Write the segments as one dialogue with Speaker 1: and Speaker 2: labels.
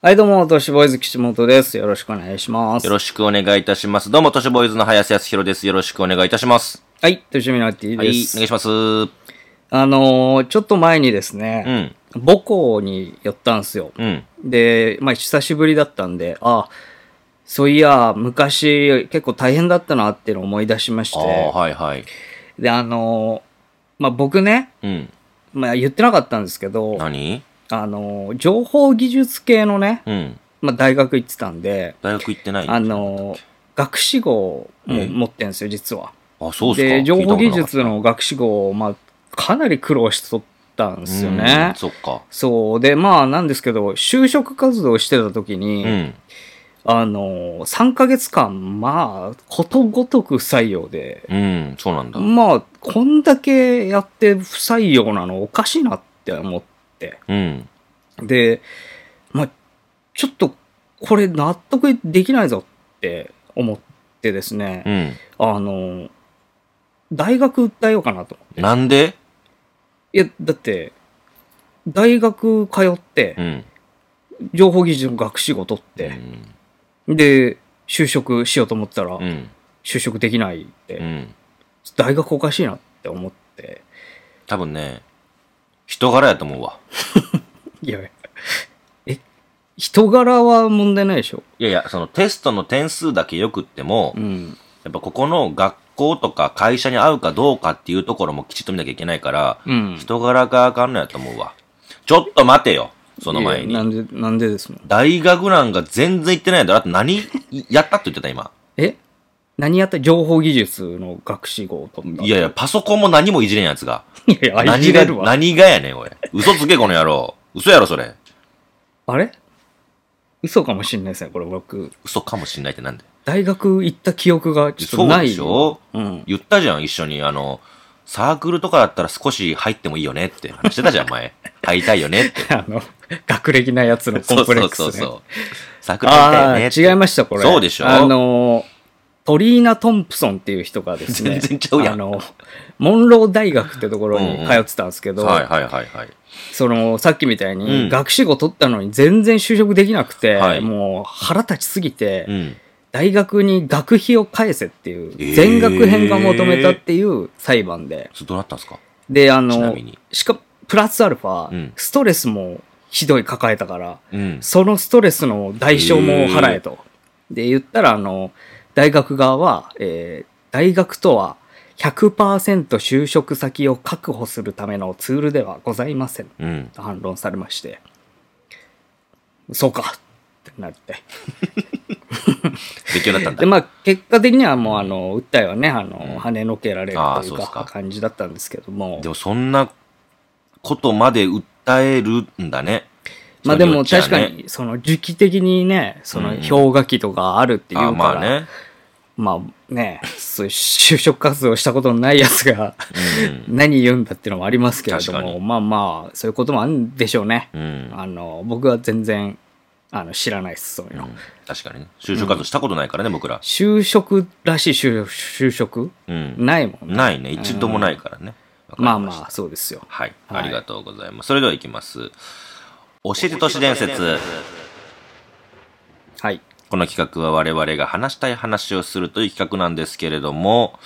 Speaker 1: はい、どうも、都市ボーイズ岸本です。よろしくお願いします。
Speaker 2: よろしくお願いいたします。どうも、都市ボーイズの林康弘です。よろしくお願いいたします。
Speaker 1: はい、都市ミナティ
Speaker 2: はい、お願
Speaker 1: で
Speaker 2: い
Speaker 1: す。
Speaker 2: します。うん、
Speaker 1: あのーちょっと前にです
Speaker 2: う
Speaker 1: ね、
Speaker 2: ん、
Speaker 1: 母校に寄ったんですよ。
Speaker 2: うん、
Speaker 1: で、まあ、久しぶりだったんで、あ、そういや、昔結構大変だったなっていうのを思い出しまし
Speaker 2: あ
Speaker 1: て、
Speaker 2: あ、はいはい。
Speaker 1: で、あのーまあ、僕ね、
Speaker 2: うん、
Speaker 1: まあ、言ってなかったんですけど、
Speaker 2: 何
Speaker 1: あのー情報技術系のね、
Speaker 2: うん、
Speaker 1: まあ、大学行ってたんで、
Speaker 2: 大学行ってない
Speaker 1: あのー学士号も
Speaker 2: え
Speaker 1: 持ってんですよ、実は。
Speaker 2: あ、そうっすか。
Speaker 1: で、情報技
Speaker 2: 聞いたこと
Speaker 1: 術
Speaker 2: なかっ
Speaker 1: の学士号を、まあ、かなり苦労しとったんで
Speaker 2: た
Speaker 1: すよね
Speaker 2: うん。そっか。
Speaker 1: そう。で、まあ、なんですけど、就職活動してた時に、
Speaker 2: うん。
Speaker 1: あの、3ヶ月間、まあ、ことごとく不採用で、
Speaker 2: うん、そうなんだ。うん、
Speaker 1: まあ、こんだけやって不採用なのおかしいなって思って。
Speaker 2: うん、
Speaker 1: で、まあ、ちょっと、これ納得できないぞって思ってですね、あの、大学訴えようかなと。
Speaker 2: なんで
Speaker 1: いや、だって、大学通って
Speaker 2: う、ん。
Speaker 1: 情報技術の学士号取っ
Speaker 2: う
Speaker 1: て、
Speaker 2: ん
Speaker 1: で、就職しようと思ってたら
Speaker 2: う、ん、
Speaker 1: 就職できないって、
Speaker 2: うん。
Speaker 1: 大学おかしいなって思って、
Speaker 2: 多分ね、人柄やと思うわ。
Speaker 1: いや、え、人柄は問題ないでしょ。
Speaker 2: いやいや、そのテストの点数だけ良くっても、
Speaker 1: うん。
Speaker 2: やっぱここの学校とか会社に合うかどうかっていうところもきちっと見なきゃいけないから、
Speaker 1: うん。
Speaker 2: 人柄があかんのやと思うわ。ちょっと待てよ、その前
Speaker 1: いや
Speaker 2: に。
Speaker 1: なんで、なんでですもん。
Speaker 2: 大学なんか全然行ってないんだろ。だって何やったって言ってた今。
Speaker 1: え何やった情報技術の学士号を取った
Speaker 2: いやいや、パソコンも何もいじれんやつが。
Speaker 1: いやいや、あい
Speaker 2: 何
Speaker 1: じ
Speaker 2: が、
Speaker 1: れるわ。
Speaker 2: 何がやねん、おい。嘘つけ、この野郎。嘘やろ、それ。
Speaker 1: あれ嘘かもしんないですね、これ僕。
Speaker 2: 嘘かもしんないってなんで。
Speaker 1: 大学行った記憶がちょっ
Speaker 2: そ
Speaker 1: と
Speaker 2: う
Speaker 1: ない。
Speaker 2: でしょ
Speaker 1: うん。
Speaker 2: 言ったじゃん、一緒に。あの、サークルとかだったら少し入ってもいいよねって話してたじゃん、前。入りたいよねって。
Speaker 1: あの、学歴なやつの コ
Speaker 2: そ
Speaker 1: ン
Speaker 2: う
Speaker 1: プレ
Speaker 2: そ
Speaker 1: ッ
Speaker 2: う
Speaker 1: クス、
Speaker 2: そ
Speaker 1: ね。
Speaker 2: うそう。サークル入りたいよ
Speaker 1: ああ
Speaker 2: ねって。
Speaker 1: ー、違いました、これ。
Speaker 2: そうでしょ
Speaker 1: あの、トリーナ・トンプソンっていう人がですね、
Speaker 2: 全然ちゃうやん
Speaker 1: あの、モンロー大学ってところに
Speaker 2: うんうん
Speaker 1: 通ってたんですけど、
Speaker 2: はいはいはいはい。
Speaker 1: その、さっきみたいに、
Speaker 2: うん
Speaker 1: 学士号取ったのに全然就職できなくて、
Speaker 2: はい
Speaker 1: もう腹立ちすぎて、
Speaker 2: うん。
Speaker 1: 大学に学費を返せっていう、
Speaker 2: えー
Speaker 1: 全額返還を求めたっていう裁判で、
Speaker 2: それどうなったんですか
Speaker 1: で、あ
Speaker 2: ちな
Speaker 1: の
Speaker 2: み、に。
Speaker 1: しかも、プラスアルファ、
Speaker 2: うん
Speaker 1: ストレスもひどい抱えたから、
Speaker 2: うん。
Speaker 1: そのストレスの代償も払えと。で、言ったら、あの、大学側は、えー大学とは100%就職先を確保するためのツールではございません。
Speaker 2: うん。
Speaker 1: と反論されまして、そうかってなって。
Speaker 2: 勉強になったんだ
Speaker 1: で、。まあ、結果的にはもう、あの、訴えはね、あの、
Speaker 2: ん
Speaker 1: 跳ねのけられる
Speaker 2: あー
Speaker 1: とい
Speaker 2: そううです
Speaker 1: か
Speaker 2: か、
Speaker 1: 感じだったんですけども
Speaker 2: で。もそんなことまで訴えるんだね。
Speaker 1: まあでも
Speaker 2: 人よっ
Speaker 1: 確
Speaker 2: ちゃ
Speaker 1: か
Speaker 2: ね
Speaker 1: に、その時期的にね、その
Speaker 2: うんうん
Speaker 1: 氷河期とかあるっていうから、
Speaker 2: あまあね。
Speaker 1: まあね、そういう就職活動したことのないやつが
Speaker 2: うん
Speaker 1: 何言うんだっていうのもありますけれど
Speaker 2: 確か
Speaker 1: も、
Speaker 2: に
Speaker 1: まあまあ、そういうこともあるんでしょうね。
Speaker 2: うん。 うん。
Speaker 1: あの、僕は全然、あの、知らないです、そういう
Speaker 2: う
Speaker 1: の。
Speaker 2: ん確かにね。就職活動したことないからね、僕ら。
Speaker 1: 就職らしい就就職
Speaker 2: うん。
Speaker 1: ないもんね。
Speaker 2: ないね。一度もないからね。わかり
Speaker 1: まあ
Speaker 2: し
Speaker 1: ま
Speaker 2: た
Speaker 1: あ、そうですよ。
Speaker 2: はい。
Speaker 1: はい
Speaker 2: ありがとうございます。それではいきます。教えて都市伝説。
Speaker 1: はい。
Speaker 2: この企画は我々が話したい話をするという企画なんですけれども、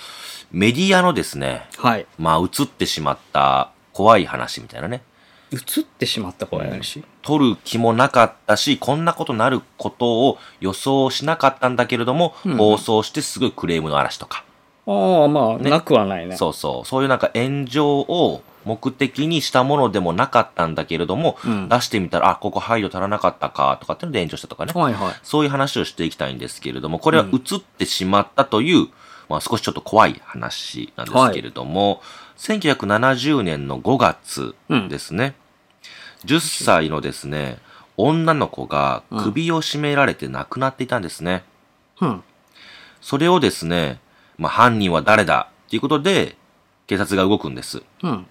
Speaker 2: メディアのですね、
Speaker 1: はい。
Speaker 2: まあ映ってしまった怖い話みたいなね。
Speaker 1: 映ってしまった怖い話。
Speaker 2: 取る気もなかったし、こんなことなることを予想しなかったんだけれども、
Speaker 1: うん
Speaker 2: 放送してすごいクレームの嵐とか、
Speaker 1: ああ、まあ、
Speaker 2: ね
Speaker 1: なくはないね。
Speaker 2: そうそう、そういうなんか炎上を目的にしたものでもなかったんだけれども、
Speaker 1: うん
Speaker 2: 出してみたら、あ、ここ配慮足らなかったか、とかっていうので炎上したとかね。
Speaker 1: はいはい。
Speaker 2: そういう話をしていきたいんですけれども、これは映ってしまったという、まあ少しちょっと怖い話なんですけれども、1970年の5月ですね、10歳のですね、女の子が首を絞められて亡くなっていたんですね。
Speaker 1: うん。
Speaker 2: それをですね、まあ犯人は誰だっていうことで、警察が動くんです。
Speaker 1: うん。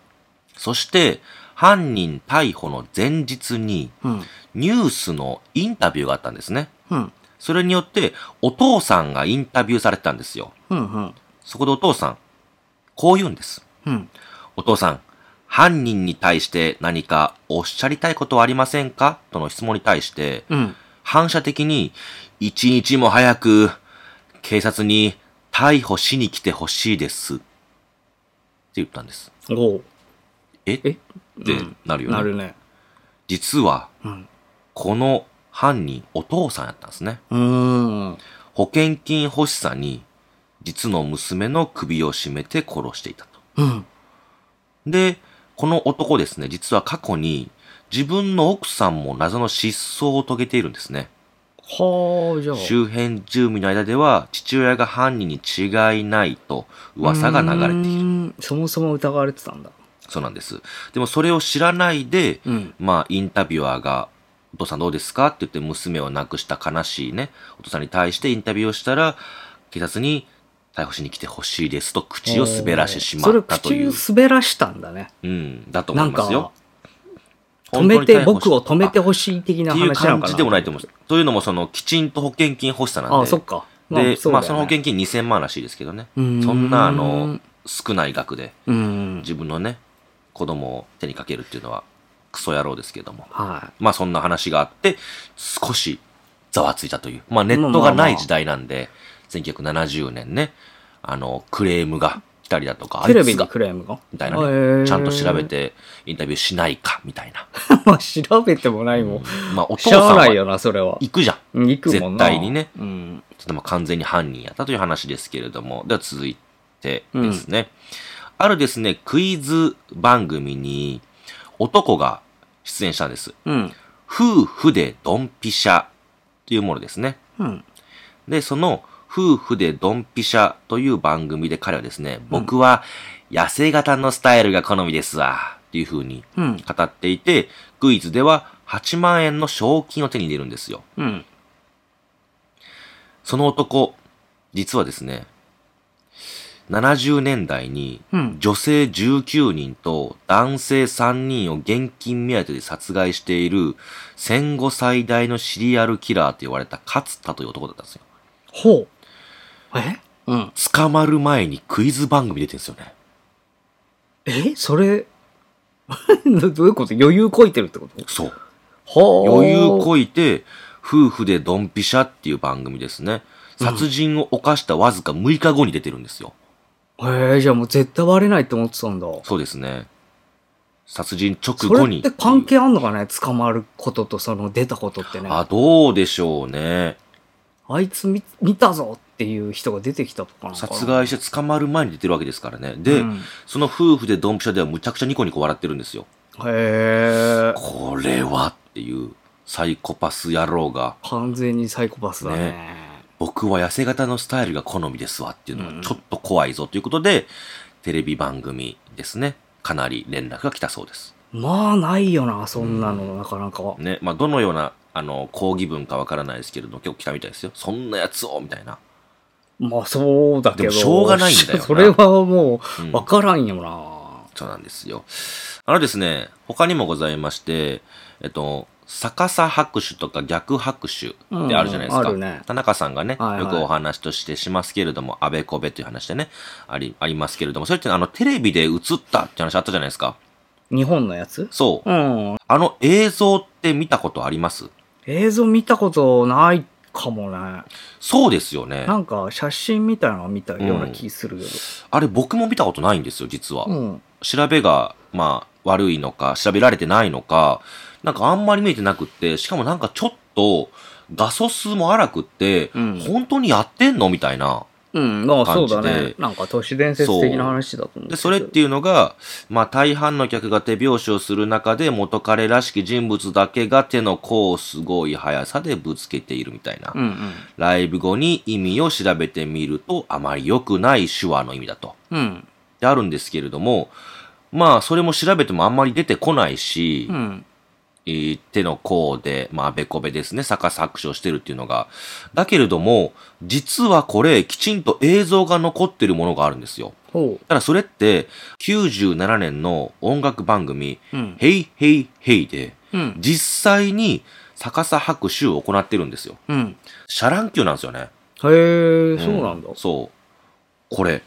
Speaker 2: そして、犯人逮捕の前日に、
Speaker 1: うん。
Speaker 2: ニュースのインタビューがあったんですね。
Speaker 1: うん。
Speaker 2: それによって、お父さんがインタビューされてたんですよ。
Speaker 1: うん。うん。
Speaker 2: そこでお父さん、こう言うんです。
Speaker 1: うん。
Speaker 2: お父さん、犯人に対して何かおっしゃりたいことはありませんかとの質問に対して、
Speaker 1: うん。
Speaker 2: 反射的に一日も早く警察に逮捕しに来てほしいですって言ったんです。
Speaker 1: おう
Speaker 2: え
Speaker 1: え
Speaker 2: ってなるよね。
Speaker 1: なるね。
Speaker 2: 実は
Speaker 1: うん。
Speaker 2: この犯人お父さんやったんですね。
Speaker 1: うーん。
Speaker 2: 保険金欲しさに実の娘の首を絞めて殺していたと。
Speaker 1: うん。
Speaker 2: で、この男ですね、実は過去に自分の奥さんも謎の失踪を遂げているんですね。
Speaker 1: はあ、じゃあ。
Speaker 2: 周辺住民の間では父親が犯人に違いないと噂が流れている。
Speaker 1: る。そもそも疑われてたんだ。
Speaker 2: そうなんです。でもそれを知らないで、
Speaker 1: うん。
Speaker 2: まあインタビュアーが、お父さんどうですかって言って娘を亡くした悲しいね、お父さんに対してインタビューをしたら、警察に逮捕しに来てほしいですと口を滑らしてしまったとい
Speaker 1: それ
Speaker 2: う。
Speaker 1: 口を滑らしたんだね。
Speaker 2: うん、だと思
Speaker 1: ないん
Speaker 2: ま
Speaker 1: か
Speaker 2: すよ。、
Speaker 1: 止めて、僕を止めて
Speaker 2: ほしい
Speaker 1: ほしい的
Speaker 2: っ
Speaker 1: な
Speaker 2: ていう
Speaker 1: 話なの
Speaker 2: 感
Speaker 1: かな。
Speaker 2: じでもないと思います。というのも、その、きちんと保険金欲しさなんで。
Speaker 1: ああ、そっか。
Speaker 2: で、
Speaker 1: そう
Speaker 2: ま
Speaker 1: だよね
Speaker 2: あ、その保険金2000万らしいですけどね。
Speaker 1: うーん
Speaker 2: そんな、あの、少ない額で、
Speaker 1: うん。
Speaker 2: 自分のね、子供を手にかけるっていうのは、クソ野郎ですけども。
Speaker 1: は
Speaker 2: まあ、そんな話があって、少し、ざわついたという。まあ、ネットがない時代なんで、1970年ね、あの、クレームが来たりだとか、
Speaker 1: い。
Speaker 2: あ
Speaker 1: テレ
Speaker 2: い
Speaker 1: ビ
Speaker 2: つ
Speaker 1: に
Speaker 2: が、
Speaker 1: クレームが
Speaker 2: みたいな
Speaker 1: へ
Speaker 2: ね、
Speaker 1: ー
Speaker 2: ちゃんと調べて、インタビューしないか、みたいな。
Speaker 1: まあ、調べてもないもん。
Speaker 2: まあ、お父
Speaker 1: しゃ
Speaker 2: さ
Speaker 1: あ
Speaker 2: んは
Speaker 1: ないよな、それは。
Speaker 2: 行くじゃん。
Speaker 1: うん行くもんな。
Speaker 2: 絶対にね
Speaker 1: うん。
Speaker 2: ちょっとまあ完全に犯人やったという話ですけれども、では続いてですね、あるですね、クイズ番組に男が出演したんです。
Speaker 1: うん。
Speaker 2: 夫婦でドンピシャというものですね。
Speaker 1: うん。
Speaker 2: で、その夫婦でドンピシャという番組で彼はですね、僕は痩せ型のスタイルが好みですわ、というふうに
Speaker 1: うん。
Speaker 2: 語っていて、クイズでは8万円の賞金を手に入れるんですよ。
Speaker 1: うん。
Speaker 2: その男、実はですね、70年代に
Speaker 1: うん
Speaker 2: 女性19人と男性3人を現金目当てで殺害している戦後最大のシリアルキラーと言われた勝田という男だったんですよ。
Speaker 1: ほう。えうん。
Speaker 2: 捕まる前にクイズ番組出てるんですよね。
Speaker 1: えそれ、 どどういうこと余裕こいてるってこと
Speaker 2: そう。
Speaker 1: はあ。
Speaker 2: 余裕こいて、夫婦でドンピシャっていう番組ですね。殺人を犯したわずか6日後に出てるんですよ。
Speaker 1: へえ、じゃあもう絶対割れないって思ってたんだ。
Speaker 2: そうですね。殺人直
Speaker 1: そ
Speaker 2: 後
Speaker 1: れ
Speaker 2: に
Speaker 1: っ。て関係あんのかね捕まることとその出たことってね。
Speaker 2: あ、
Speaker 1: あ
Speaker 2: どうでしょうね。
Speaker 1: いつ見見たぞっていう人が出てきたとかなのかな
Speaker 2: 殺害して捕まる前に出てるわけですからね。で、
Speaker 1: うん
Speaker 2: その夫婦でドンピシャではむちゃくちゃニコニコ笑ってるんですよ。
Speaker 1: へえ。
Speaker 2: これはっていうサイコパス野郎が、
Speaker 1: 完全にサイコパスだね。
Speaker 2: 僕は痩せ型のスタイルが好みですわっていうの
Speaker 1: う
Speaker 2: が
Speaker 1: ん
Speaker 2: ちょっと怖いぞということで、テレビ番組ですね。かなり連絡が来たそうです。
Speaker 1: まあないよな、そんなの、なかなか。
Speaker 2: ね。まあ、どのような、あの、抗議文かわからないですけれども、今日来たみたいですよ。そんなやつをみたいな。
Speaker 1: まあそうだけ
Speaker 2: で
Speaker 1: ど。
Speaker 2: もしょうがないんだよ な
Speaker 1: それはも
Speaker 2: うん
Speaker 1: う、わからんよな。
Speaker 2: そうなんですよ。あのですね、他にもございまして、えっと、逆さ拍手とか逆拍手ってあるじゃないですか。
Speaker 1: うんあるね
Speaker 2: 田中さんがね、
Speaker 1: はいはい
Speaker 2: よくお話としてしますけれども、あべこべという話でね、あり、ありますけれども、それってあの、テレビで映ったって話あったじゃないですか。
Speaker 1: 日本のやつ
Speaker 2: そう。
Speaker 1: うん。
Speaker 2: あの映像って見たことあります
Speaker 1: 映像見たことないかもね。
Speaker 2: そうですよね
Speaker 1: な。んか写真みたいなの見たような気するけど。
Speaker 2: あれ僕も見たことないんですよ、実は。
Speaker 1: うん。
Speaker 2: 調べが、まあ、悪いのか、調べられてないのか、なんかあんまり見えてなくって、しかもなんかちょっと、画素数も荒くって、
Speaker 1: うん
Speaker 2: 本当にやってんのみたいな。
Speaker 1: うん、まあそ
Speaker 2: 感
Speaker 1: う
Speaker 2: じで
Speaker 1: だね。なんか都市伝説的な話だと思うけど。
Speaker 2: で、それっていうのが、まあ、大半の客が手拍子をする中で、元彼らしき人物だけが手の甲をすごい速さでぶつけているみたいな。
Speaker 1: うんうん。
Speaker 2: ライブ後に意味を調べてみると、あまり良くない手話の意味だと。
Speaker 1: うん。
Speaker 2: であるんですけれども、まあ、それも調べてもあんまり出てこないし、
Speaker 1: うん。
Speaker 2: えー手の甲で、まあ、べこべですね、逆さ拍手をしてるっていうのが。だけれども、実はこれ、きちんと映像が残ってるものがあるんですよ。
Speaker 1: ほ
Speaker 2: ただそれって、97年の音楽番組、
Speaker 1: う。うん。
Speaker 2: ヘイヘイヘイで、
Speaker 1: うん。
Speaker 2: 実際に逆さ拍手を行ってるんですよ。
Speaker 1: うん。
Speaker 2: シャラン級なんですよね。
Speaker 1: へえ、そうなんだ
Speaker 2: うん。そう。これ、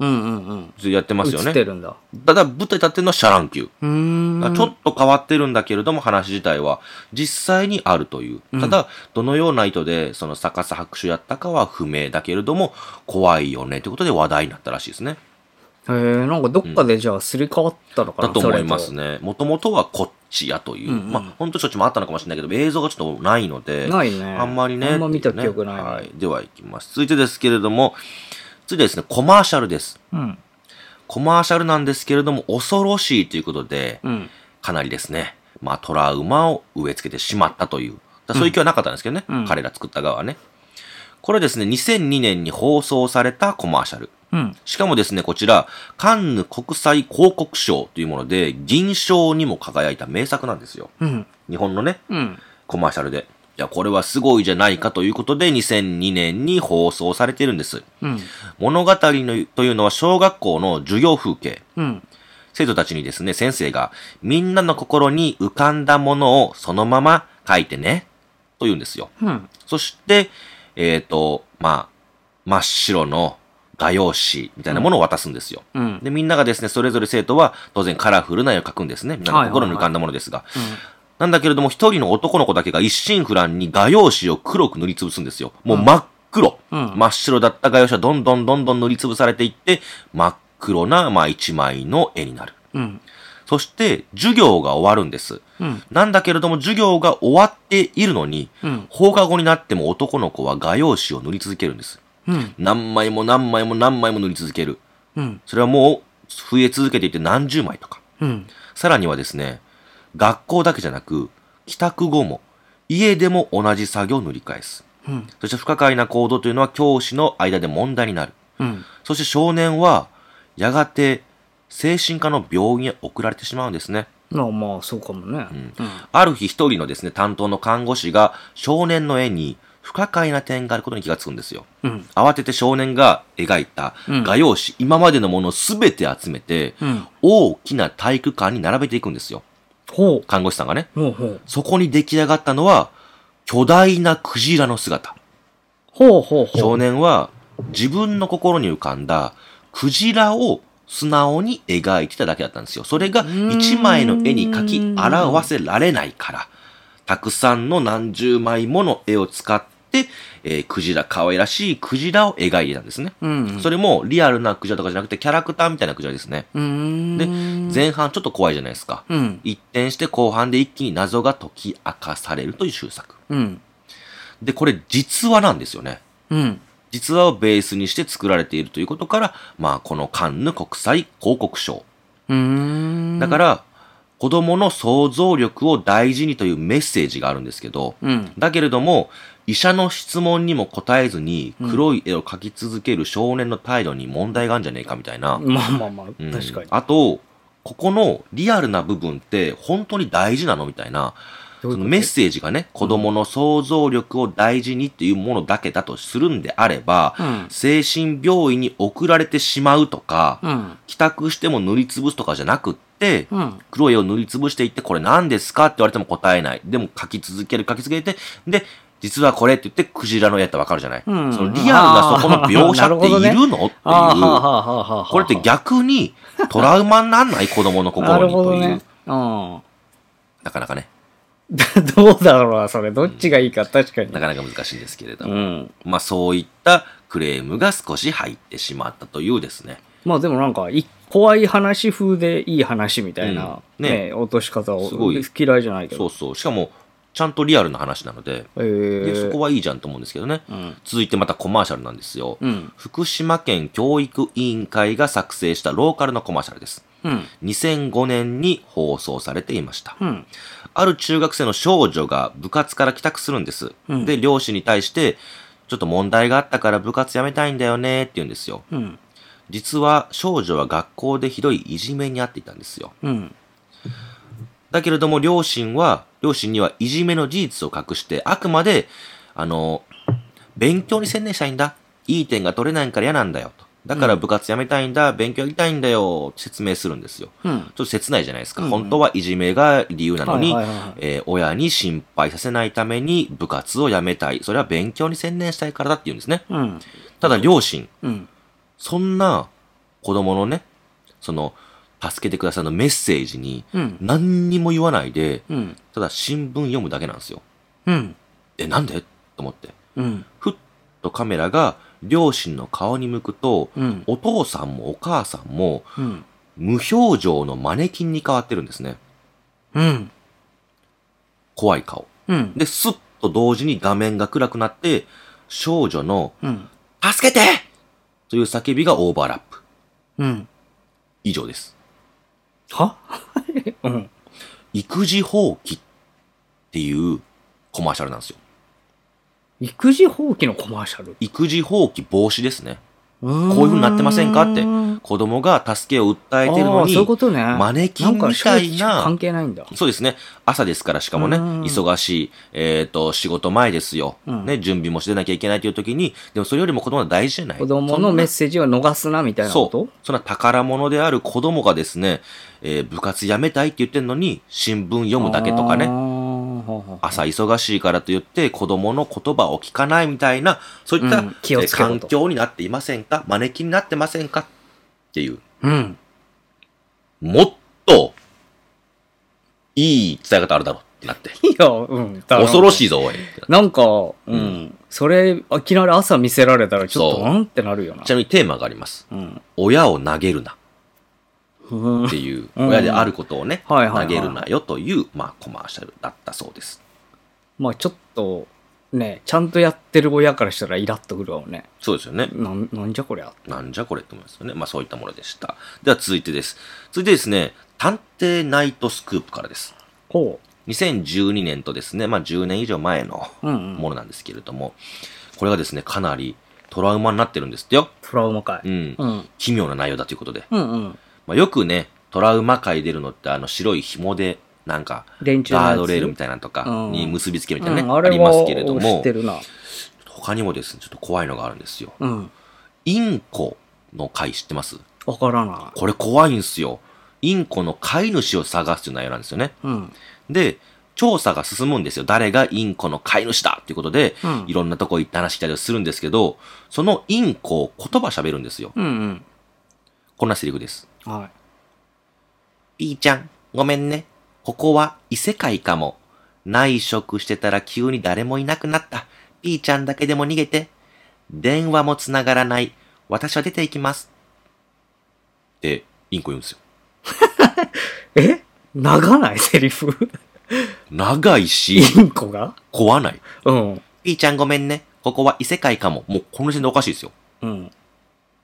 Speaker 1: うんうんうん。
Speaker 2: やってますよ
Speaker 1: 映って
Speaker 2: ね。
Speaker 1: るんだ。
Speaker 2: ただ、舞台立ってるのはシャラン級。
Speaker 1: うーん。
Speaker 2: ちょっと変わってるんだけれども、話自体は実際にあるという。ただ、どのような意図で、その逆さ拍手やったかは不明だけれども、怖いよねということで話題になったらしいですね。
Speaker 1: へえ、なんかどっかでじゃあすり替わったのかな、
Speaker 2: だと
Speaker 1: それ
Speaker 2: 思いますね。もともとはこっちやという。
Speaker 1: うんうん
Speaker 2: まあ、ほんとしょっちゅうもあったのかもしれないけど、映像がちょっとないので、
Speaker 1: ないね
Speaker 2: あんまりね。
Speaker 1: あんま見た
Speaker 2: ってう
Speaker 1: 記憶ないね
Speaker 2: はい。では行きます。続いてですけれども、続いてですね、コマーシャルです。
Speaker 1: うん。
Speaker 2: コマーシャルなんですけれども、恐ろしいということで、
Speaker 1: うん。
Speaker 2: かなりですね、まあ、トラウマを植え付けてしまったという。だそういう気はなかったんですけどね、
Speaker 1: うん
Speaker 2: 彼ら作った側はね。これですね、2002年に放送されたコマーシャル。
Speaker 1: うん。
Speaker 2: しかもですね、こちら、カンヌ国際広告賞というもので、銀賞にも輝いた名作なんですよ。
Speaker 1: うん。
Speaker 2: 日本のね、
Speaker 1: うん。
Speaker 2: コマーシャルで。いや、これはすごいじゃないかということで、2002年に放送されているんです。
Speaker 1: うん。
Speaker 2: 物語のというのは小学校の授業風景。
Speaker 1: うん。
Speaker 2: 生徒たちにですね、先生が、みんなの心に浮かんだものをそのまま書いてね、と言うんですよ。
Speaker 1: うん。
Speaker 2: そして、えっ、と、まあ、真っ白の画用紙みたいなものを渡すんですよ。
Speaker 1: うん。
Speaker 2: で、みんながですね、それぞれ生徒は当然カラフルな絵を描くんですね。みんなの心に浮かんだものですが。なんだけれども、一人の男の子だけが一心不乱に画用紙を黒く塗りつぶすんですよ。もう真っ黒。
Speaker 1: うん
Speaker 2: 真っ白だった画用紙はどんどんどんどん塗りつぶされていって、真っ黒な、まあ、一枚の絵になる。
Speaker 1: うん。
Speaker 2: そして、授業が終わるんです。
Speaker 1: うん。
Speaker 2: なんだけれども、授業が終わっているのに、
Speaker 1: うん。
Speaker 2: 放課後になっても男の子は画用紙を塗り続けるんです。
Speaker 1: うん。
Speaker 2: 何枚も何枚も何枚も塗り続ける。
Speaker 1: うん。
Speaker 2: それはもう、増え続けていって何十枚とか。
Speaker 1: うん。
Speaker 2: さらにはですね、学校だけじゃなく、帰宅後も、家でも同じ作業を塗り返す。
Speaker 1: うん。
Speaker 2: そして不可解な行動というのは教師の間で問題になる。
Speaker 1: うん。
Speaker 2: そして少年は、やがて、精神科の病院へ送られてしまうんですね。
Speaker 1: まあまあ、そうかもね。うん。
Speaker 2: ある日一人のですね、担当の看護師が少年の絵に不可解な点があることに気がつくんですよ。
Speaker 1: うん。
Speaker 2: 慌てて少年が描いた
Speaker 1: うん
Speaker 2: 画用紙、今までのものをすべて集めて、
Speaker 1: うん。
Speaker 2: 大きな体育館に並べていくんですよ。
Speaker 1: ほう。
Speaker 2: 看護師さんがね。
Speaker 1: ほうほう。
Speaker 2: そこに出来上がったのは、巨大なクジラの姿。
Speaker 1: ほうほうほう。
Speaker 2: 少年は自分の心に浮かんだクジラを素直に描いてただけだったんですよ。それが
Speaker 1: ーん
Speaker 2: 一枚の絵に描き表せられないから、たくさんの何十枚もの絵を使って、えークジラ、可愛らしいクジラを描いてたんですね。
Speaker 1: うん。
Speaker 2: それもリアルなクジラとかじゃなくてキャラクターみたいなクジラですね。
Speaker 1: うーん。
Speaker 2: で、前半ちょっと怖いじゃないですか。
Speaker 1: うん。
Speaker 2: 一転して後半で一気に謎が解き明かされるという終作。
Speaker 1: うん。
Speaker 2: で、これ実話なんですよね。
Speaker 1: うん。
Speaker 2: 実話をベースにして作られているということから、まあ、このカンヌ国際広告賞。
Speaker 1: うーん。
Speaker 2: だから、子供の想像力を大事にというメッセージがあるんですけど、
Speaker 1: うん。
Speaker 2: だけれども、医者の質問にも答えずに、黒い絵を描き続ける少年の態度に問題があるんじゃねえかみたいな。
Speaker 1: まあまあまあ、
Speaker 2: うん
Speaker 1: 確かに。
Speaker 2: あと、ここのリアルな部分って本当に大事なのみたいな。
Speaker 1: どういうこと
Speaker 2: そのメッセージがね、子供の想像力を大事にっていうものだけだとするんであれば、
Speaker 1: うん
Speaker 2: 精神病院に送られてしまうとか、
Speaker 1: うん。
Speaker 2: 帰宅しても塗りつぶすとかじゃなくって、
Speaker 1: うん。
Speaker 2: 黒い絵を塗りつぶしていって、これ何ですかって言われても答えない。でも書き続ける、書き続けて、で、実はこれって言って、クジラの絵ってわかるじゃない、
Speaker 1: うん
Speaker 2: そのリアルなそこの描写っているのっていう。
Speaker 1: ああ、はあはあはあはあ。
Speaker 2: これって逆にトラウマになんない子供の
Speaker 1: な
Speaker 2: 心
Speaker 1: る
Speaker 2: に
Speaker 1: ほ
Speaker 2: と
Speaker 1: ど
Speaker 2: いう。
Speaker 1: ね。うん。
Speaker 2: なかなかね、
Speaker 1: どうだろうな、それ。どっちがいいか、確かに。
Speaker 2: なかなか難しいんですけれども。
Speaker 1: うん。
Speaker 2: まあそういったクレームが少し入ってしまったというですね。
Speaker 1: まあでもなんか、い怖い話風でいい話みたいな、
Speaker 2: うんね
Speaker 1: ね落とし方を
Speaker 2: すごい
Speaker 1: 嫌いじゃないけ
Speaker 2: そ
Speaker 1: ど。
Speaker 2: うそう。しかも、ちゃんとリアルな話なので、
Speaker 1: えー
Speaker 2: でそこはいいじゃんと思うんですけどね。
Speaker 1: うん。
Speaker 2: 続いてまたコマーシャルなんですよ。
Speaker 1: うん。
Speaker 2: 福島県教育委員会が作成したローカルのコマーシャルです。
Speaker 1: うん。
Speaker 2: 2005年に放送されていました。
Speaker 1: うん。
Speaker 2: ある中学生の少女が部活から帰宅するんです。
Speaker 1: うん
Speaker 2: で、両親に対して、ちょっと問題があったから部活やめたいんだよねって言うんですよ。
Speaker 1: うん。
Speaker 2: 実は少女は学校でひどいいじめに遭っていたんですよ。
Speaker 1: うん。
Speaker 2: だけれども両親は、両親にはいじめの事実を隠して、あくまで、あの、勉強に専念したいんだ。いい点が取れないから嫌なんだよ。とだから部活やめたいんだ。勉強やりたいんだよ。って説明するんですよ。
Speaker 1: うん。
Speaker 2: ちょっと切ないじゃないですか。
Speaker 1: うん
Speaker 2: 本当はいじめが理由なのに、
Speaker 1: はいはいはいはい
Speaker 2: えー親に心配させないために部活をやめたい。それは勉強に専念したいからだって言うんですね。
Speaker 1: うん。
Speaker 2: ただ両親、
Speaker 1: うん。
Speaker 2: そんな子供のね、その、助けてくださいのメッセージに、
Speaker 1: うん。
Speaker 2: 何にも言わないで、
Speaker 1: うん。
Speaker 2: ただ新聞読むだけなんですよ。
Speaker 1: うん。
Speaker 2: え、なんでと思って。
Speaker 1: うん。
Speaker 2: ふっとカメラが両親の顔に向くと、
Speaker 1: うん。
Speaker 2: お父さんもお母さんも
Speaker 1: うん。
Speaker 2: 無表情のマネキンに変わってるんですね。
Speaker 1: うん。
Speaker 2: 怖い顔。
Speaker 1: うん。
Speaker 2: で、スッと同時に画面が暗くなって、少女の、
Speaker 1: うん。
Speaker 2: 助けてという叫びがオーバーラップ。
Speaker 1: うん。
Speaker 2: 以上です。
Speaker 1: はうん。
Speaker 2: 育児放棄っていうコマーシャルなんですよ。
Speaker 1: 育児放棄のコマーシャル。
Speaker 2: 育児放棄防止ですね。
Speaker 1: こう
Speaker 2: こういう風になってませんかって
Speaker 1: あ
Speaker 2: 子供が助けを訴えてる
Speaker 1: あ
Speaker 2: の
Speaker 1: ー、そう
Speaker 2: に、
Speaker 1: いうことね。
Speaker 2: マネキンみたいな
Speaker 1: なんか正直関係ないんだ。
Speaker 2: そうですね。朝ですから、しかもね、
Speaker 1: うん
Speaker 2: 忙しい、えっ、と、仕事前ですよ、
Speaker 1: うん
Speaker 2: ね、準備もしてなきゃいけないという時に、でもそれよりも子供は大事じゃない。
Speaker 1: 子供のメッセージを逃すなみたいなこ
Speaker 2: そ
Speaker 1: と
Speaker 2: う。そんな宝物である子供がですね、えー部活やめたいって言ってんのに、新聞読むだけとか
Speaker 1: あー
Speaker 2: ね、
Speaker 1: ほうほう
Speaker 2: 朝忙しいからと言って子供の言葉を聞かないみたいな、そういった、
Speaker 1: うん気をつけろと
Speaker 2: えー環境になっていませんか招きになってませんかっていう、
Speaker 1: うん。
Speaker 2: もっと、いい伝え方あるだろうってなって。
Speaker 1: いや、うん。
Speaker 2: 恐ろし
Speaker 1: い。
Speaker 2: いぞ、おい。ってなって
Speaker 1: なんか、うん。
Speaker 2: うん
Speaker 1: それ、いきなり朝見せられたら、ちょっと、
Speaker 2: そう
Speaker 1: うんってなるよな
Speaker 2: ち。なみにテーマがあります。
Speaker 1: うん。
Speaker 2: 親を投げるな
Speaker 1: うん
Speaker 2: っていう、
Speaker 1: うん
Speaker 2: 親であることをね、
Speaker 1: はいはいは
Speaker 2: 投
Speaker 1: い
Speaker 2: げるなよという、まあ、コマーシャルだったそうです。
Speaker 1: まあちょっと、ね、ちゃんとやってる親からしたらイラッとくるわもんね。
Speaker 2: そうですよね。
Speaker 1: なん、なんじゃこりゃ。
Speaker 2: なんじゃこれって思いますよね。まあ、そういったものでした。では続いてです。続いてですね、探偵ナイトスクープからです。
Speaker 1: ほ
Speaker 2: 2012年とですね、まあ、10年以上前の
Speaker 1: う。うん、う
Speaker 2: も
Speaker 1: ん。
Speaker 2: のなんですけれども、これがですね、かなりトラウマになってるんですってよ。
Speaker 1: トラウマか
Speaker 2: う
Speaker 1: い。
Speaker 2: ん。
Speaker 1: うん。
Speaker 2: 奇妙な内容だということで。
Speaker 1: うんうん。
Speaker 2: まあ、よくね、トラウマ界出るのって、あの、白い紐で、なんか、
Speaker 1: 連中のやつ
Speaker 2: ガードレールみたいなのとかに結びつけるみたいなね、
Speaker 1: うん、あ
Speaker 2: あ
Speaker 1: れは
Speaker 2: りますけれど
Speaker 1: 知っ
Speaker 2: も
Speaker 1: て、るな。
Speaker 2: 他にもですね、ちょっと怖いのがあるんですよ。
Speaker 1: うん。
Speaker 2: インコの会知ってます
Speaker 1: わからな
Speaker 2: これ怖いんすよ。インコの飼い主を探すという内容なんですよね。
Speaker 1: い。うん。
Speaker 2: で、調査が進むんですよ。誰がインコの飼い主だっていうことで、
Speaker 1: うん
Speaker 2: いろんなとこ行って話したりをするんですけど、そのインコを言葉喋るんですよ。
Speaker 1: うん
Speaker 2: こんなセリフです。
Speaker 1: うん。はい。
Speaker 2: ピーちゃん、ごめんね。ここは異世界かも。内職してたら急に誰もいなくなった。ピーちゃんだけでも逃げて。電話も繋がらない。私は出て行きます。って、インコ言うんですよ。
Speaker 1: え長ないセリフ
Speaker 2: 長いし
Speaker 1: イ、ンコが
Speaker 2: 怖ない。
Speaker 1: うん。
Speaker 2: ピーちゃんごめんね。ここは異世界かも。もうこの時点でおかしいですよ。
Speaker 1: うん。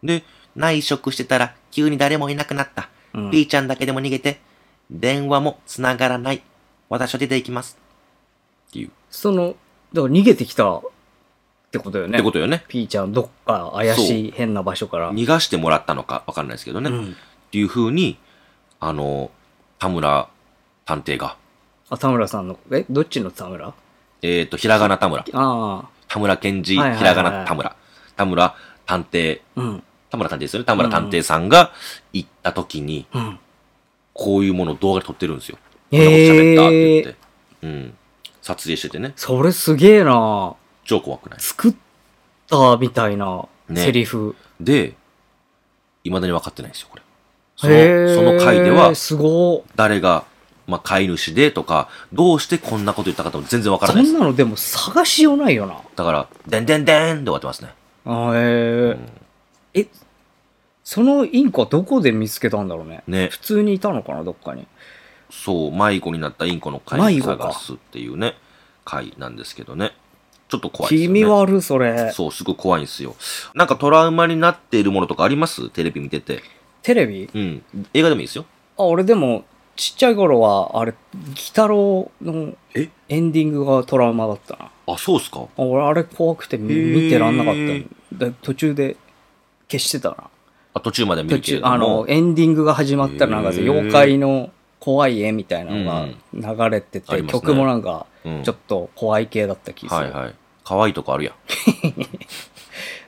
Speaker 2: で、内職してたら急に誰もいなくなった。
Speaker 1: うん
Speaker 2: ピーちゃんだけでも逃げて。電話も繋がらない。私は出て行きます。っていう。
Speaker 1: その、だから逃げてきたってことよ
Speaker 2: っ
Speaker 1: ね。
Speaker 2: てことよね。
Speaker 1: ピーちゃん、どっか怪しい変な場所から。
Speaker 2: 逃がしてもらったのかわかんないですけどね、
Speaker 1: う
Speaker 2: っ
Speaker 1: ん。
Speaker 2: ていうふうにあの田村探偵が
Speaker 1: あ、田村さんの、えどっちの田村あ
Speaker 2: えっ、とひらがな田村
Speaker 1: あ
Speaker 2: 田村健二、
Speaker 1: はいはいはい
Speaker 2: ひらがな田村田村探偵
Speaker 1: ー。うん。
Speaker 2: 田村探偵ですよね田村探偵さんが行った時に
Speaker 1: うん。
Speaker 2: こういうものを動画で撮ってるんですよ、
Speaker 1: へ
Speaker 2: こんなこと喋ったって
Speaker 1: え
Speaker 2: 言って、うん、撮影しててね
Speaker 1: それすげえな
Speaker 2: 超怖くない
Speaker 1: 作ったみたいな
Speaker 2: ね
Speaker 1: セリフ。
Speaker 2: でいまだに分かってないんですよこれそ
Speaker 1: へー
Speaker 2: のその回では
Speaker 1: すご
Speaker 2: 誰が、まあ、飼い主でとかどうしてこんなこと言ったかとも全然分
Speaker 1: ー
Speaker 2: から
Speaker 1: そ
Speaker 2: ないです
Speaker 1: んなのでも探しようないよな。
Speaker 2: だから、でんでんでんで終わってますね。
Speaker 1: あーへーえ、そのインコはどこで見つけたんだろうね。
Speaker 2: ね
Speaker 1: 普、通にいたのかな、どっかに。
Speaker 2: そう、迷子になったインコの貝を
Speaker 1: 迷子か
Speaker 2: 探すっていうね、貝なんですけどね。ちょっと怖いです
Speaker 1: 気
Speaker 2: よね。
Speaker 1: 味悪、それ。
Speaker 2: そう、すごい怖いんですよ。なんかトラウマになっているものとかありますテレビ見てて。
Speaker 1: テレビ
Speaker 2: うん。映画でもいいですよ。
Speaker 1: あ、俺でも、ちっちゃい頃は、あれ、ギタロウの
Speaker 2: え
Speaker 1: エンディングがトラウマだったな。あ
Speaker 2: あ、そうっすか
Speaker 1: 俺、あれ怖くて見
Speaker 2: へー
Speaker 1: 見てらんなかったで途中で消してたな。
Speaker 2: あ、途中まで見
Speaker 1: 途
Speaker 2: るけれ
Speaker 1: 中、
Speaker 2: ども。
Speaker 1: あの、エンディングが始まったらなんかさ、
Speaker 2: へー
Speaker 1: 妖怪の怖い絵みたいなのが流れて
Speaker 2: うんあ
Speaker 1: て、
Speaker 2: りますね
Speaker 1: 曲もなんか、
Speaker 2: うん、
Speaker 1: ちょっと怖い系だった気がす
Speaker 2: は
Speaker 1: る。
Speaker 2: いはい。可愛いとこあるやん。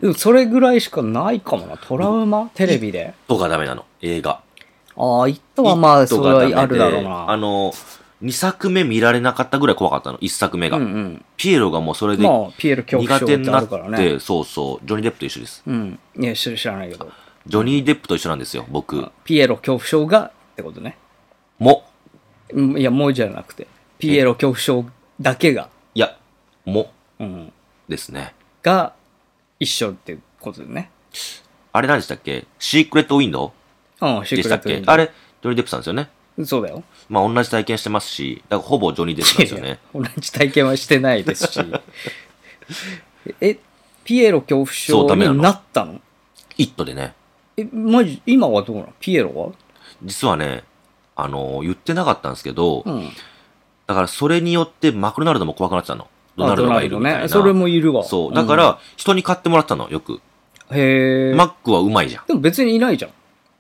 Speaker 1: でもそれぐらいしかないかもな。トラウマテレビで。
Speaker 2: とかダメなの、映画。
Speaker 1: ああ、イットはまあ、
Speaker 2: と
Speaker 1: そ
Speaker 2: か
Speaker 1: れ
Speaker 2: ダメで
Speaker 1: はあるだろうな。
Speaker 2: あの、2作目見られなかったぐらい怖かったの、1作目が。
Speaker 1: うんうん。
Speaker 2: ピエロがもうそれで
Speaker 1: まあ、ピエール恐怖
Speaker 2: 苦
Speaker 1: 症
Speaker 2: 手
Speaker 1: っ
Speaker 2: に
Speaker 1: てあ
Speaker 2: なっ
Speaker 1: る
Speaker 2: て
Speaker 1: からね。
Speaker 2: そうそうジョニー・デップと一緒です
Speaker 1: うん。いや、知ら知らないけど。
Speaker 2: ジョニー・デップと一緒なんですよ、僕。
Speaker 1: ピエロ恐怖症がってことね。
Speaker 2: も。
Speaker 1: うんいや、もうじゃなくて、ピエロ恐怖症だけが、
Speaker 2: いや、も。
Speaker 1: うん、
Speaker 2: ですね。
Speaker 1: が一緒ってことだよね。
Speaker 2: あれ何でしたっけシークレット・ウィンド
Speaker 1: うん、シ
Speaker 2: ウで
Speaker 1: ーク
Speaker 2: した
Speaker 1: レ
Speaker 2: っ
Speaker 1: ットウィ
Speaker 2: け
Speaker 1: ンド
Speaker 2: あれ、ジョニー・デップさんですよね。
Speaker 1: そうだよ。
Speaker 2: まあ、同じ体験してますし、だからほぼジョニー・デップなんですよ
Speaker 1: いや
Speaker 2: ね。
Speaker 1: いや同じ体験はしてないですし。 え、ピエロ恐怖
Speaker 2: そうダ
Speaker 1: 症
Speaker 2: メなの
Speaker 1: になったの
Speaker 2: イットでね。
Speaker 1: え、マジ、今はどうなのピエロ
Speaker 2: 実はね、あのー言ってなかったんですけど、
Speaker 1: はうん。
Speaker 2: だからそれによってマクドナルドも怖くなってたの。ドナルドがいるみたいな。
Speaker 1: ね。それもいるわ。
Speaker 2: そう。だから、人に買ってもらってたの、よく。
Speaker 1: うん、へえ。
Speaker 2: マックはうまいじゃん。い
Speaker 1: でも別にいないじゃん。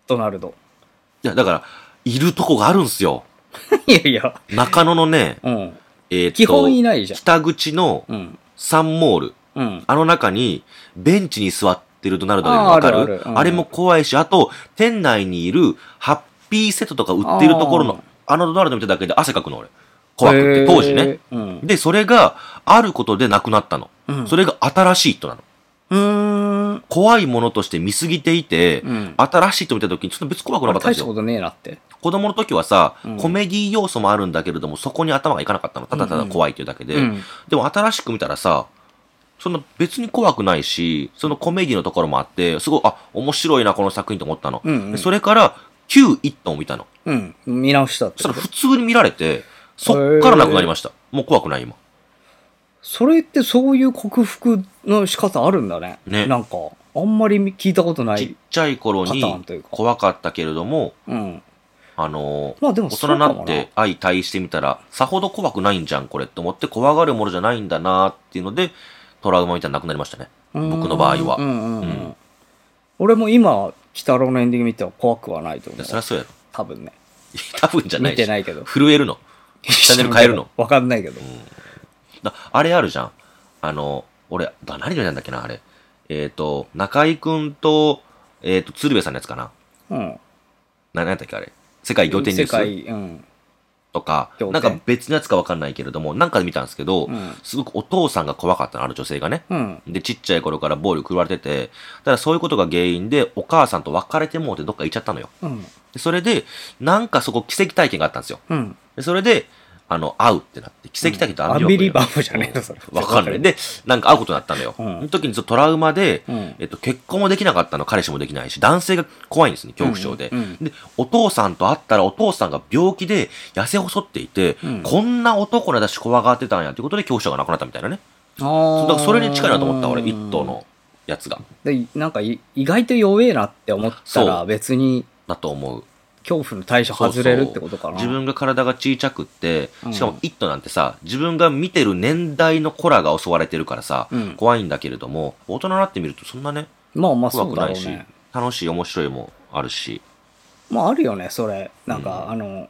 Speaker 1: ドナルド。
Speaker 2: や、だから、いるとこがあるんすよ。
Speaker 1: いやいや。
Speaker 2: 中野のね、
Speaker 1: うん。
Speaker 2: えーっと、
Speaker 1: 基本いないじゃん。
Speaker 2: 北口の
Speaker 1: うん。
Speaker 2: サンモール。
Speaker 1: うん。
Speaker 2: あの中に、ベンチに座ってるドナルドで
Speaker 1: あー
Speaker 2: わかるあ
Speaker 1: あるあるうん
Speaker 2: れも怖いし、あと、店内にいる、ハッピーセットとか売ってるところの、あのドナルド見ただけで汗かくの、俺。怖く
Speaker 1: へ
Speaker 2: て、
Speaker 1: ー
Speaker 2: 当時ね。。
Speaker 1: うん。
Speaker 2: で、それが、あることでなくなったの。
Speaker 1: うん
Speaker 2: それが新しい人なの。
Speaker 1: うーん。
Speaker 2: 怖いものとして見すぎていて、
Speaker 1: うん
Speaker 2: 新しいと見た時にちょっと別に怖くなかったん
Speaker 1: 大
Speaker 2: です
Speaker 1: した
Speaker 2: よ
Speaker 1: こ。とねえなって。
Speaker 2: 子供の時はさ、
Speaker 1: うん
Speaker 2: コメディ要素もあるんだけれども、そこに頭がいかなかったの。ただただ怖いっていうだけで。
Speaker 1: うん。
Speaker 2: でも新しく見たらさ、そんな別に怖くないし、そのコメディのところもあって、すごい、あ、面白いな、この作品と思ったの。
Speaker 1: うんうん
Speaker 2: でそれから、旧一トンを見たの。
Speaker 1: うん。見直したっ
Speaker 2: そ
Speaker 1: て
Speaker 2: した
Speaker 1: こ
Speaker 2: ら
Speaker 1: と。
Speaker 2: 普通に見られて、そっからなくなりました。もう怖くない、今。
Speaker 1: それってそういう克服の仕方あるんだね。
Speaker 2: ね
Speaker 1: なんか、あんまり聞いたことな
Speaker 2: ちっ
Speaker 1: い。
Speaker 2: ちゃい頃
Speaker 1: パターン
Speaker 2: に
Speaker 1: というか
Speaker 2: 怖かったけれども、
Speaker 1: うん。
Speaker 2: あのー
Speaker 1: まあでも
Speaker 2: 大
Speaker 1: そうか
Speaker 2: 人
Speaker 1: も
Speaker 2: にな
Speaker 1: な
Speaker 2: って相対してみたら、さほど怖くないんじゃん、これって思って、怖がるものじゃないんだなっていうので、トラウマみたいになくなりましたね。僕の場合は。
Speaker 1: うんうんうん
Speaker 2: うん
Speaker 1: 俺も今、鬼太郎のエンディング見ては怖くはないと
Speaker 2: い
Speaker 1: 思
Speaker 2: や
Speaker 1: う
Speaker 2: そり。ゃそうやろ。
Speaker 1: 多分ね。
Speaker 2: 多分じゃない
Speaker 1: 見て
Speaker 2: し。
Speaker 1: ないけど。
Speaker 2: 震えるの。
Speaker 1: チ
Speaker 2: ャンネル変えるの
Speaker 1: わかんないけど。
Speaker 2: だあれあるじゃん。あの、俺、だ何でなんだっけな、あれ。えっ、と、中井くんと、えっ、と、鶴瓶さんのやつかな。
Speaker 1: うん。
Speaker 2: な何やったっけ、あれ。世界仰天ニュ
Speaker 1: 世
Speaker 2: ース
Speaker 1: 界、うん。
Speaker 2: とか、
Speaker 1: 仰天
Speaker 2: なんか別のやつかわかんないけれども、なんかで見たんですけど、
Speaker 1: うん
Speaker 2: すごくお父さんが怖かったの、ある女性がね。
Speaker 1: うん。
Speaker 2: で、ちっちゃい頃から暴力振るわれてて、だからそういうことが原因で、お母さんと別れてもうてどっか行っちゃったのよ。
Speaker 1: うん。
Speaker 2: でそれで、なんかそこ奇跡体験があったんですよ。
Speaker 1: うん。
Speaker 2: でそれで、あの、会うってなって、奇跡体験と
Speaker 1: アンビリバブじゃねえの、それ。
Speaker 2: わかんない。で、なんか会うことになったのよ。
Speaker 1: う
Speaker 2: そ
Speaker 1: ん
Speaker 2: の時にちょっとトラウマで、
Speaker 1: うん
Speaker 2: えっと、結婚もできなかったの、彼氏もできないし、男性が怖いんですね、恐怖症で。
Speaker 1: うんうん
Speaker 2: で、お父さんと会ったら、お父さんが病気で痩せ細っていて、
Speaker 1: うん
Speaker 2: こんな男のだし怖がってたんやということで恐怖症がなくなったみたいなね。
Speaker 1: あー
Speaker 2: だからそれに近いなと思った、俺、一頭のやつが。
Speaker 1: で、なんかい意外と弱えなって思った
Speaker 2: そ
Speaker 1: ら
Speaker 2: う
Speaker 1: 別に
Speaker 2: だと思う。
Speaker 1: 恐怖の対処外れるってことかな。
Speaker 2: そうそう自分が体が小さくって、
Speaker 1: うん
Speaker 2: しかも「イット!」なんてさ自分が見てる年代の子らが襲われてるからさ、
Speaker 1: うん
Speaker 2: 怖いんだけれども大人になってみるとそんなね
Speaker 1: まあまあ
Speaker 2: 怖
Speaker 1: そう
Speaker 2: く
Speaker 1: だ
Speaker 2: な
Speaker 1: ろ
Speaker 2: いうし、
Speaker 1: ね。
Speaker 2: 楽しい面白いもあるし
Speaker 1: まああるよね、それ。なんか、
Speaker 2: うん
Speaker 1: あの、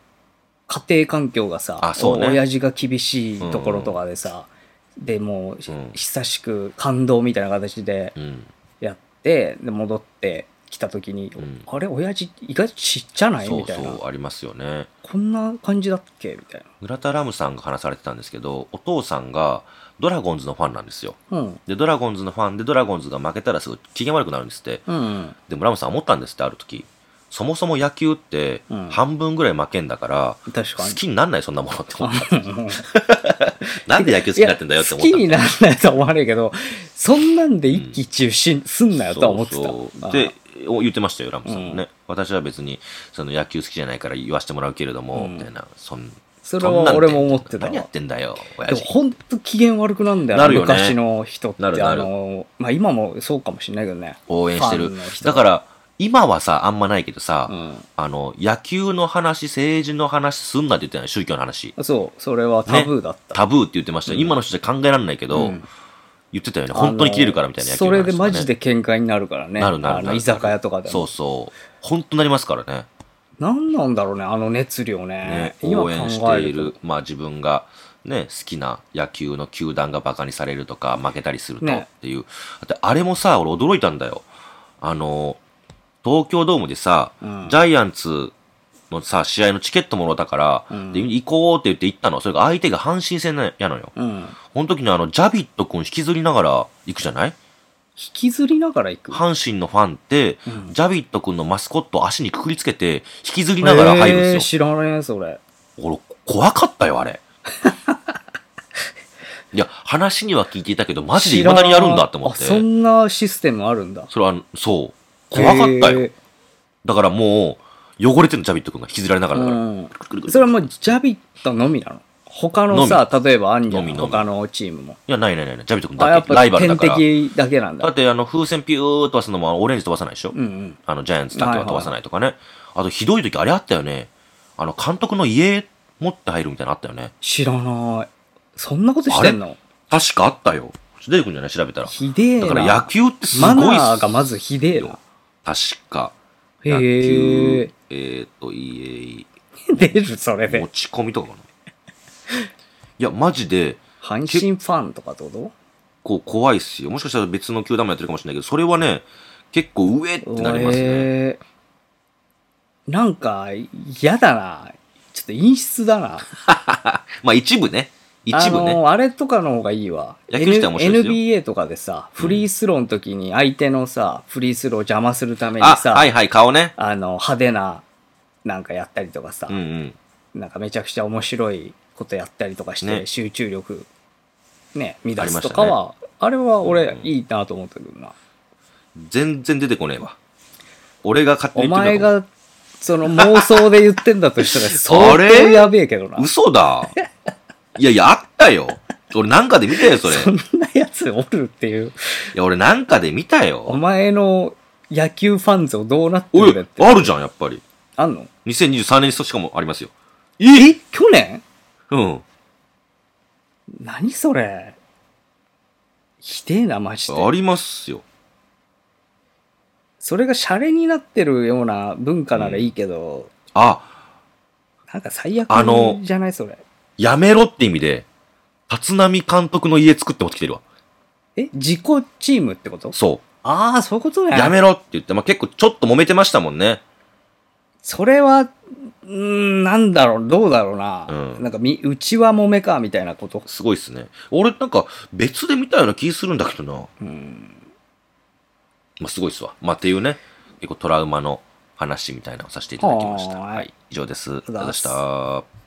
Speaker 1: 家庭環境がさ、
Speaker 2: あそうね
Speaker 1: お親父が厳しいところとかでさ、でもう、
Speaker 2: うん
Speaker 1: 久しく感動みたいな形で
Speaker 2: うん
Speaker 1: やって、で戻ってきた時に、
Speaker 2: うん
Speaker 1: あれ、親父意外とちっちゃない
Speaker 2: そ
Speaker 1: み
Speaker 2: う
Speaker 1: たいな。
Speaker 2: そうありますよね
Speaker 1: こんな感じだっけみたい
Speaker 2: 村田ラムさんが話されてたんですけどお父さんがドラゴンズのファンなんですよ
Speaker 1: な。うん。
Speaker 2: でドラゴンズのファンでドラゴンズが負けたらすぐ機嫌悪くなるんですって
Speaker 1: うんうん。
Speaker 2: でもラムさん思ったんですってある時そもそも野球って
Speaker 1: うん
Speaker 2: 半分ぐらい負けんだから、
Speaker 1: 確か
Speaker 2: 好
Speaker 1: に。
Speaker 2: きになんないそんなものって思った。 なんで野球好きになってんだよって思っ
Speaker 1: いや
Speaker 2: た
Speaker 1: 好
Speaker 2: ん
Speaker 1: きに
Speaker 2: だ
Speaker 1: ならないとは思わないけど、そんなんで一喜一憂し、すんなよとは思ってた。
Speaker 2: そうそう
Speaker 1: ああ
Speaker 2: で、お言ってましたよ、ラムさんもね。
Speaker 1: う
Speaker 2: 私は別に、その野球好きじゃないから言わせてもらうけれども、
Speaker 1: うん
Speaker 2: みたいな。そん
Speaker 1: それ
Speaker 2: そんなん
Speaker 1: は
Speaker 2: で
Speaker 1: 俺も思ってたわ。
Speaker 2: 何やっ
Speaker 1: で
Speaker 2: てんだよ、親
Speaker 1: も
Speaker 2: 父。
Speaker 1: 本当機嫌悪くなんだよ
Speaker 2: なるよね
Speaker 1: 昔の人って。
Speaker 2: なるなる
Speaker 1: あの、まあ今もそうかもしれないけどね。
Speaker 2: 応援してる
Speaker 1: ファンの。人
Speaker 2: だから、今はさ、あんまないけどさ、
Speaker 1: うん
Speaker 2: あの、野球の話、政治の話すんなって言ってない、宗教の話。
Speaker 1: そう、それはタブーだった。
Speaker 2: タブーって言ってました。今の人じゃ考えられないけど、
Speaker 1: うん
Speaker 2: 言ってたよね。本当に切れるからみたいな
Speaker 1: あの
Speaker 2: 野球
Speaker 1: そ
Speaker 2: の話
Speaker 1: れ
Speaker 2: とかね
Speaker 1: でマジで喧嘩になるからね。
Speaker 2: なるなるな
Speaker 1: あ
Speaker 2: る
Speaker 1: の居酒屋とかでも。
Speaker 2: そうそう。本当なりますからね。
Speaker 1: 何なんだろうね、あの熱量
Speaker 2: ね
Speaker 1: ね。、今
Speaker 2: 応
Speaker 1: 考
Speaker 2: 援して
Speaker 1: え
Speaker 2: い
Speaker 1: る
Speaker 2: る、まあ自分が、ね、好きな野球の球団がバカにされるとか、負けたりするとっ
Speaker 1: ね
Speaker 2: ていう。だってあれもさ、俺驚いたんだよ。あの、東京ドームでさ、
Speaker 1: うん
Speaker 2: ジャイアンツのさ、試合のチケットもろたから、
Speaker 1: うん
Speaker 2: で行こうって言って行ったの。それが相手が阪神戦なやのよ。
Speaker 1: と。うん。
Speaker 2: この時にあの、ジャビット君引きずりながら行くじゃない
Speaker 1: きずりながら行く。
Speaker 2: 阪神のファンって、
Speaker 1: うん
Speaker 2: ジャビット君のマスコットを足にくくりつけて、引きずりながら入るん
Speaker 1: えー
Speaker 2: ですよ。
Speaker 1: 知らねえ、それ。
Speaker 2: 俺、怖かった よ、あれ。いや、話には聞いていたけど、マジで未だにやるんだって思って。
Speaker 1: 知らんあそんなシステムあるんだ。
Speaker 2: それは、そう。怖かったよ。
Speaker 1: へ
Speaker 2: だからもう、汚れてるジャビット君が引きずられなが
Speaker 1: ー。
Speaker 2: らだから。
Speaker 1: うん
Speaker 2: くるくるくる
Speaker 1: それはもうジャビットのみなの他のさ、例えばアンジャ
Speaker 2: のみ
Speaker 1: の
Speaker 2: のみ
Speaker 1: 他のチームも。
Speaker 2: いや、ないないないない。ジャビット君
Speaker 1: あ、や
Speaker 2: だ
Speaker 1: っ
Speaker 2: って、
Speaker 1: ぱ
Speaker 2: ライバルだ
Speaker 1: 天
Speaker 2: から。
Speaker 1: 敵だけなん
Speaker 2: だっ
Speaker 1: だ。
Speaker 2: て、あの、風船ピューっと飛ばすのも、オレンジ飛ばさないでしょ、
Speaker 1: うんうん。
Speaker 2: あの、ジャイアンツだけは飛ばさないとかね。あと、ひどい時あれあったよね。あの、監督の家持って入るみたいなのあったよね。
Speaker 1: 知らない。そんなことしてんの
Speaker 2: 確かあったよ。出てくるんじゃない調べたら。
Speaker 1: ひでえな。
Speaker 2: だから野球ってすご
Speaker 1: マ
Speaker 2: いっす
Speaker 1: ナーがまずひでえな。
Speaker 2: 確か。野
Speaker 1: へえ
Speaker 2: 球。、えーっと、EA、
Speaker 1: 出る、それ
Speaker 2: 持
Speaker 1: で。
Speaker 2: ち込みとかかな。いや、マジで、
Speaker 1: 阪神ファンとかってこと
Speaker 2: こう、怖いっすよ。もしかしたら別の球団もやってるかもしれないけど、それはね、結構上ってなりますね。
Speaker 1: えーなんか、嫌だな。ちょっと陰湿だな。
Speaker 2: まあ、一部ね。一部
Speaker 1: あ
Speaker 2: ね。
Speaker 1: のあれとかの方がいいわ。
Speaker 2: 野球自体面白いですよ
Speaker 1: NBA とかでさ、フリースローの時に相手のさ、フリースローを邪魔するために
Speaker 2: あ、
Speaker 1: さ、
Speaker 2: はいはい、顔ね。
Speaker 1: あの、派手な、なんかやったりとかさ、
Speaker 2: うんうん。
Speaker 1: なんかめちゃくちゃ面白いことやったりとかして、
Speaker 2: ね
Speaker 1: 集中力、ね、乱
Speaker 2: あり
Speaker 1: す
Speaker 2: まし
Speaker 1: と
Speaker 2: たね
Speaker 1: かは、あれは
Speaker 2: う
Speaker 1: 俺
Speaker 2: ん
Speaker 1: いいなと思ったけどな。
Speaker 2: 全然出てこねえわ。俺が勝手に
Speaker 1: お
Speaker 2: 言って
Speaker 1: 前
Speaker 2: んだと
Speaker 1: が、その妄想で言ってんだとしたら相
Speaker 2: あ
Speaker 1: 当
Speaker 2: れ
Speaker 1: やべえけどな
Speaker 2: 思う。。嘘だ。いやいや、あったよ。俺なんかで見たよ、それ。
Speaker 1: そんなやつおるっていう。
Speaker 2: いや、俺なんかで見た
Speaker 1: お
Speaker 2: よ。
Speaker 1: 前の野球ファン像どうなって
Speaker 2: お
Speaker 1: るん
Speaker 2: い
Speaker 1: だって。
Speaker 2: あるじゃん、やっぱり。
Speaker 1: あんの
Speaker 2: 2023年にしかもありますよ。え
Speaker 1: 去年
Speaker 2: うん。
Speaker 1: 何それひでえな、マジで。
Speaker 2: ありますよ。
Speaker 1: それがシャレになってるような文化ならいいけど、
Speaker 2: あ、
Speaker 1: なんか最悪
Speaker 2: あの
Speaker 1: じゃないそれ。
Speaker 2: やめろって意味で、立浪監督の家作って持ってきてるわ。
Speaker 1: え、自己チームってこと
Speaker 2: そ
Speaker 1: ああ、そういうこと
Speaker 2: う。
Speaker 1: ね。
Speaker 2: やめろって言って、まあ、結構ちょっと揉めてましたもんね。
Speaker 1: それは、うーんなんだろう、どうだろうな。
Speaker 2: うん
Speaker 1: なんかみ、うちは揉めか、みたいなこと。
Speaker 2: すごいっすね。俺なんか別で見たような気するんだけどな。
Speaker 1: うん。
Speaker 2: まあ、すごいっすわ。まあ、っていうね、結構トラウマの話みたいなのをさせていただきました。
Speaker 1: はーい
Speaker 2: はい。以上です。ありがとうございまし
Speaker 1: ありが
Speaker 2: た。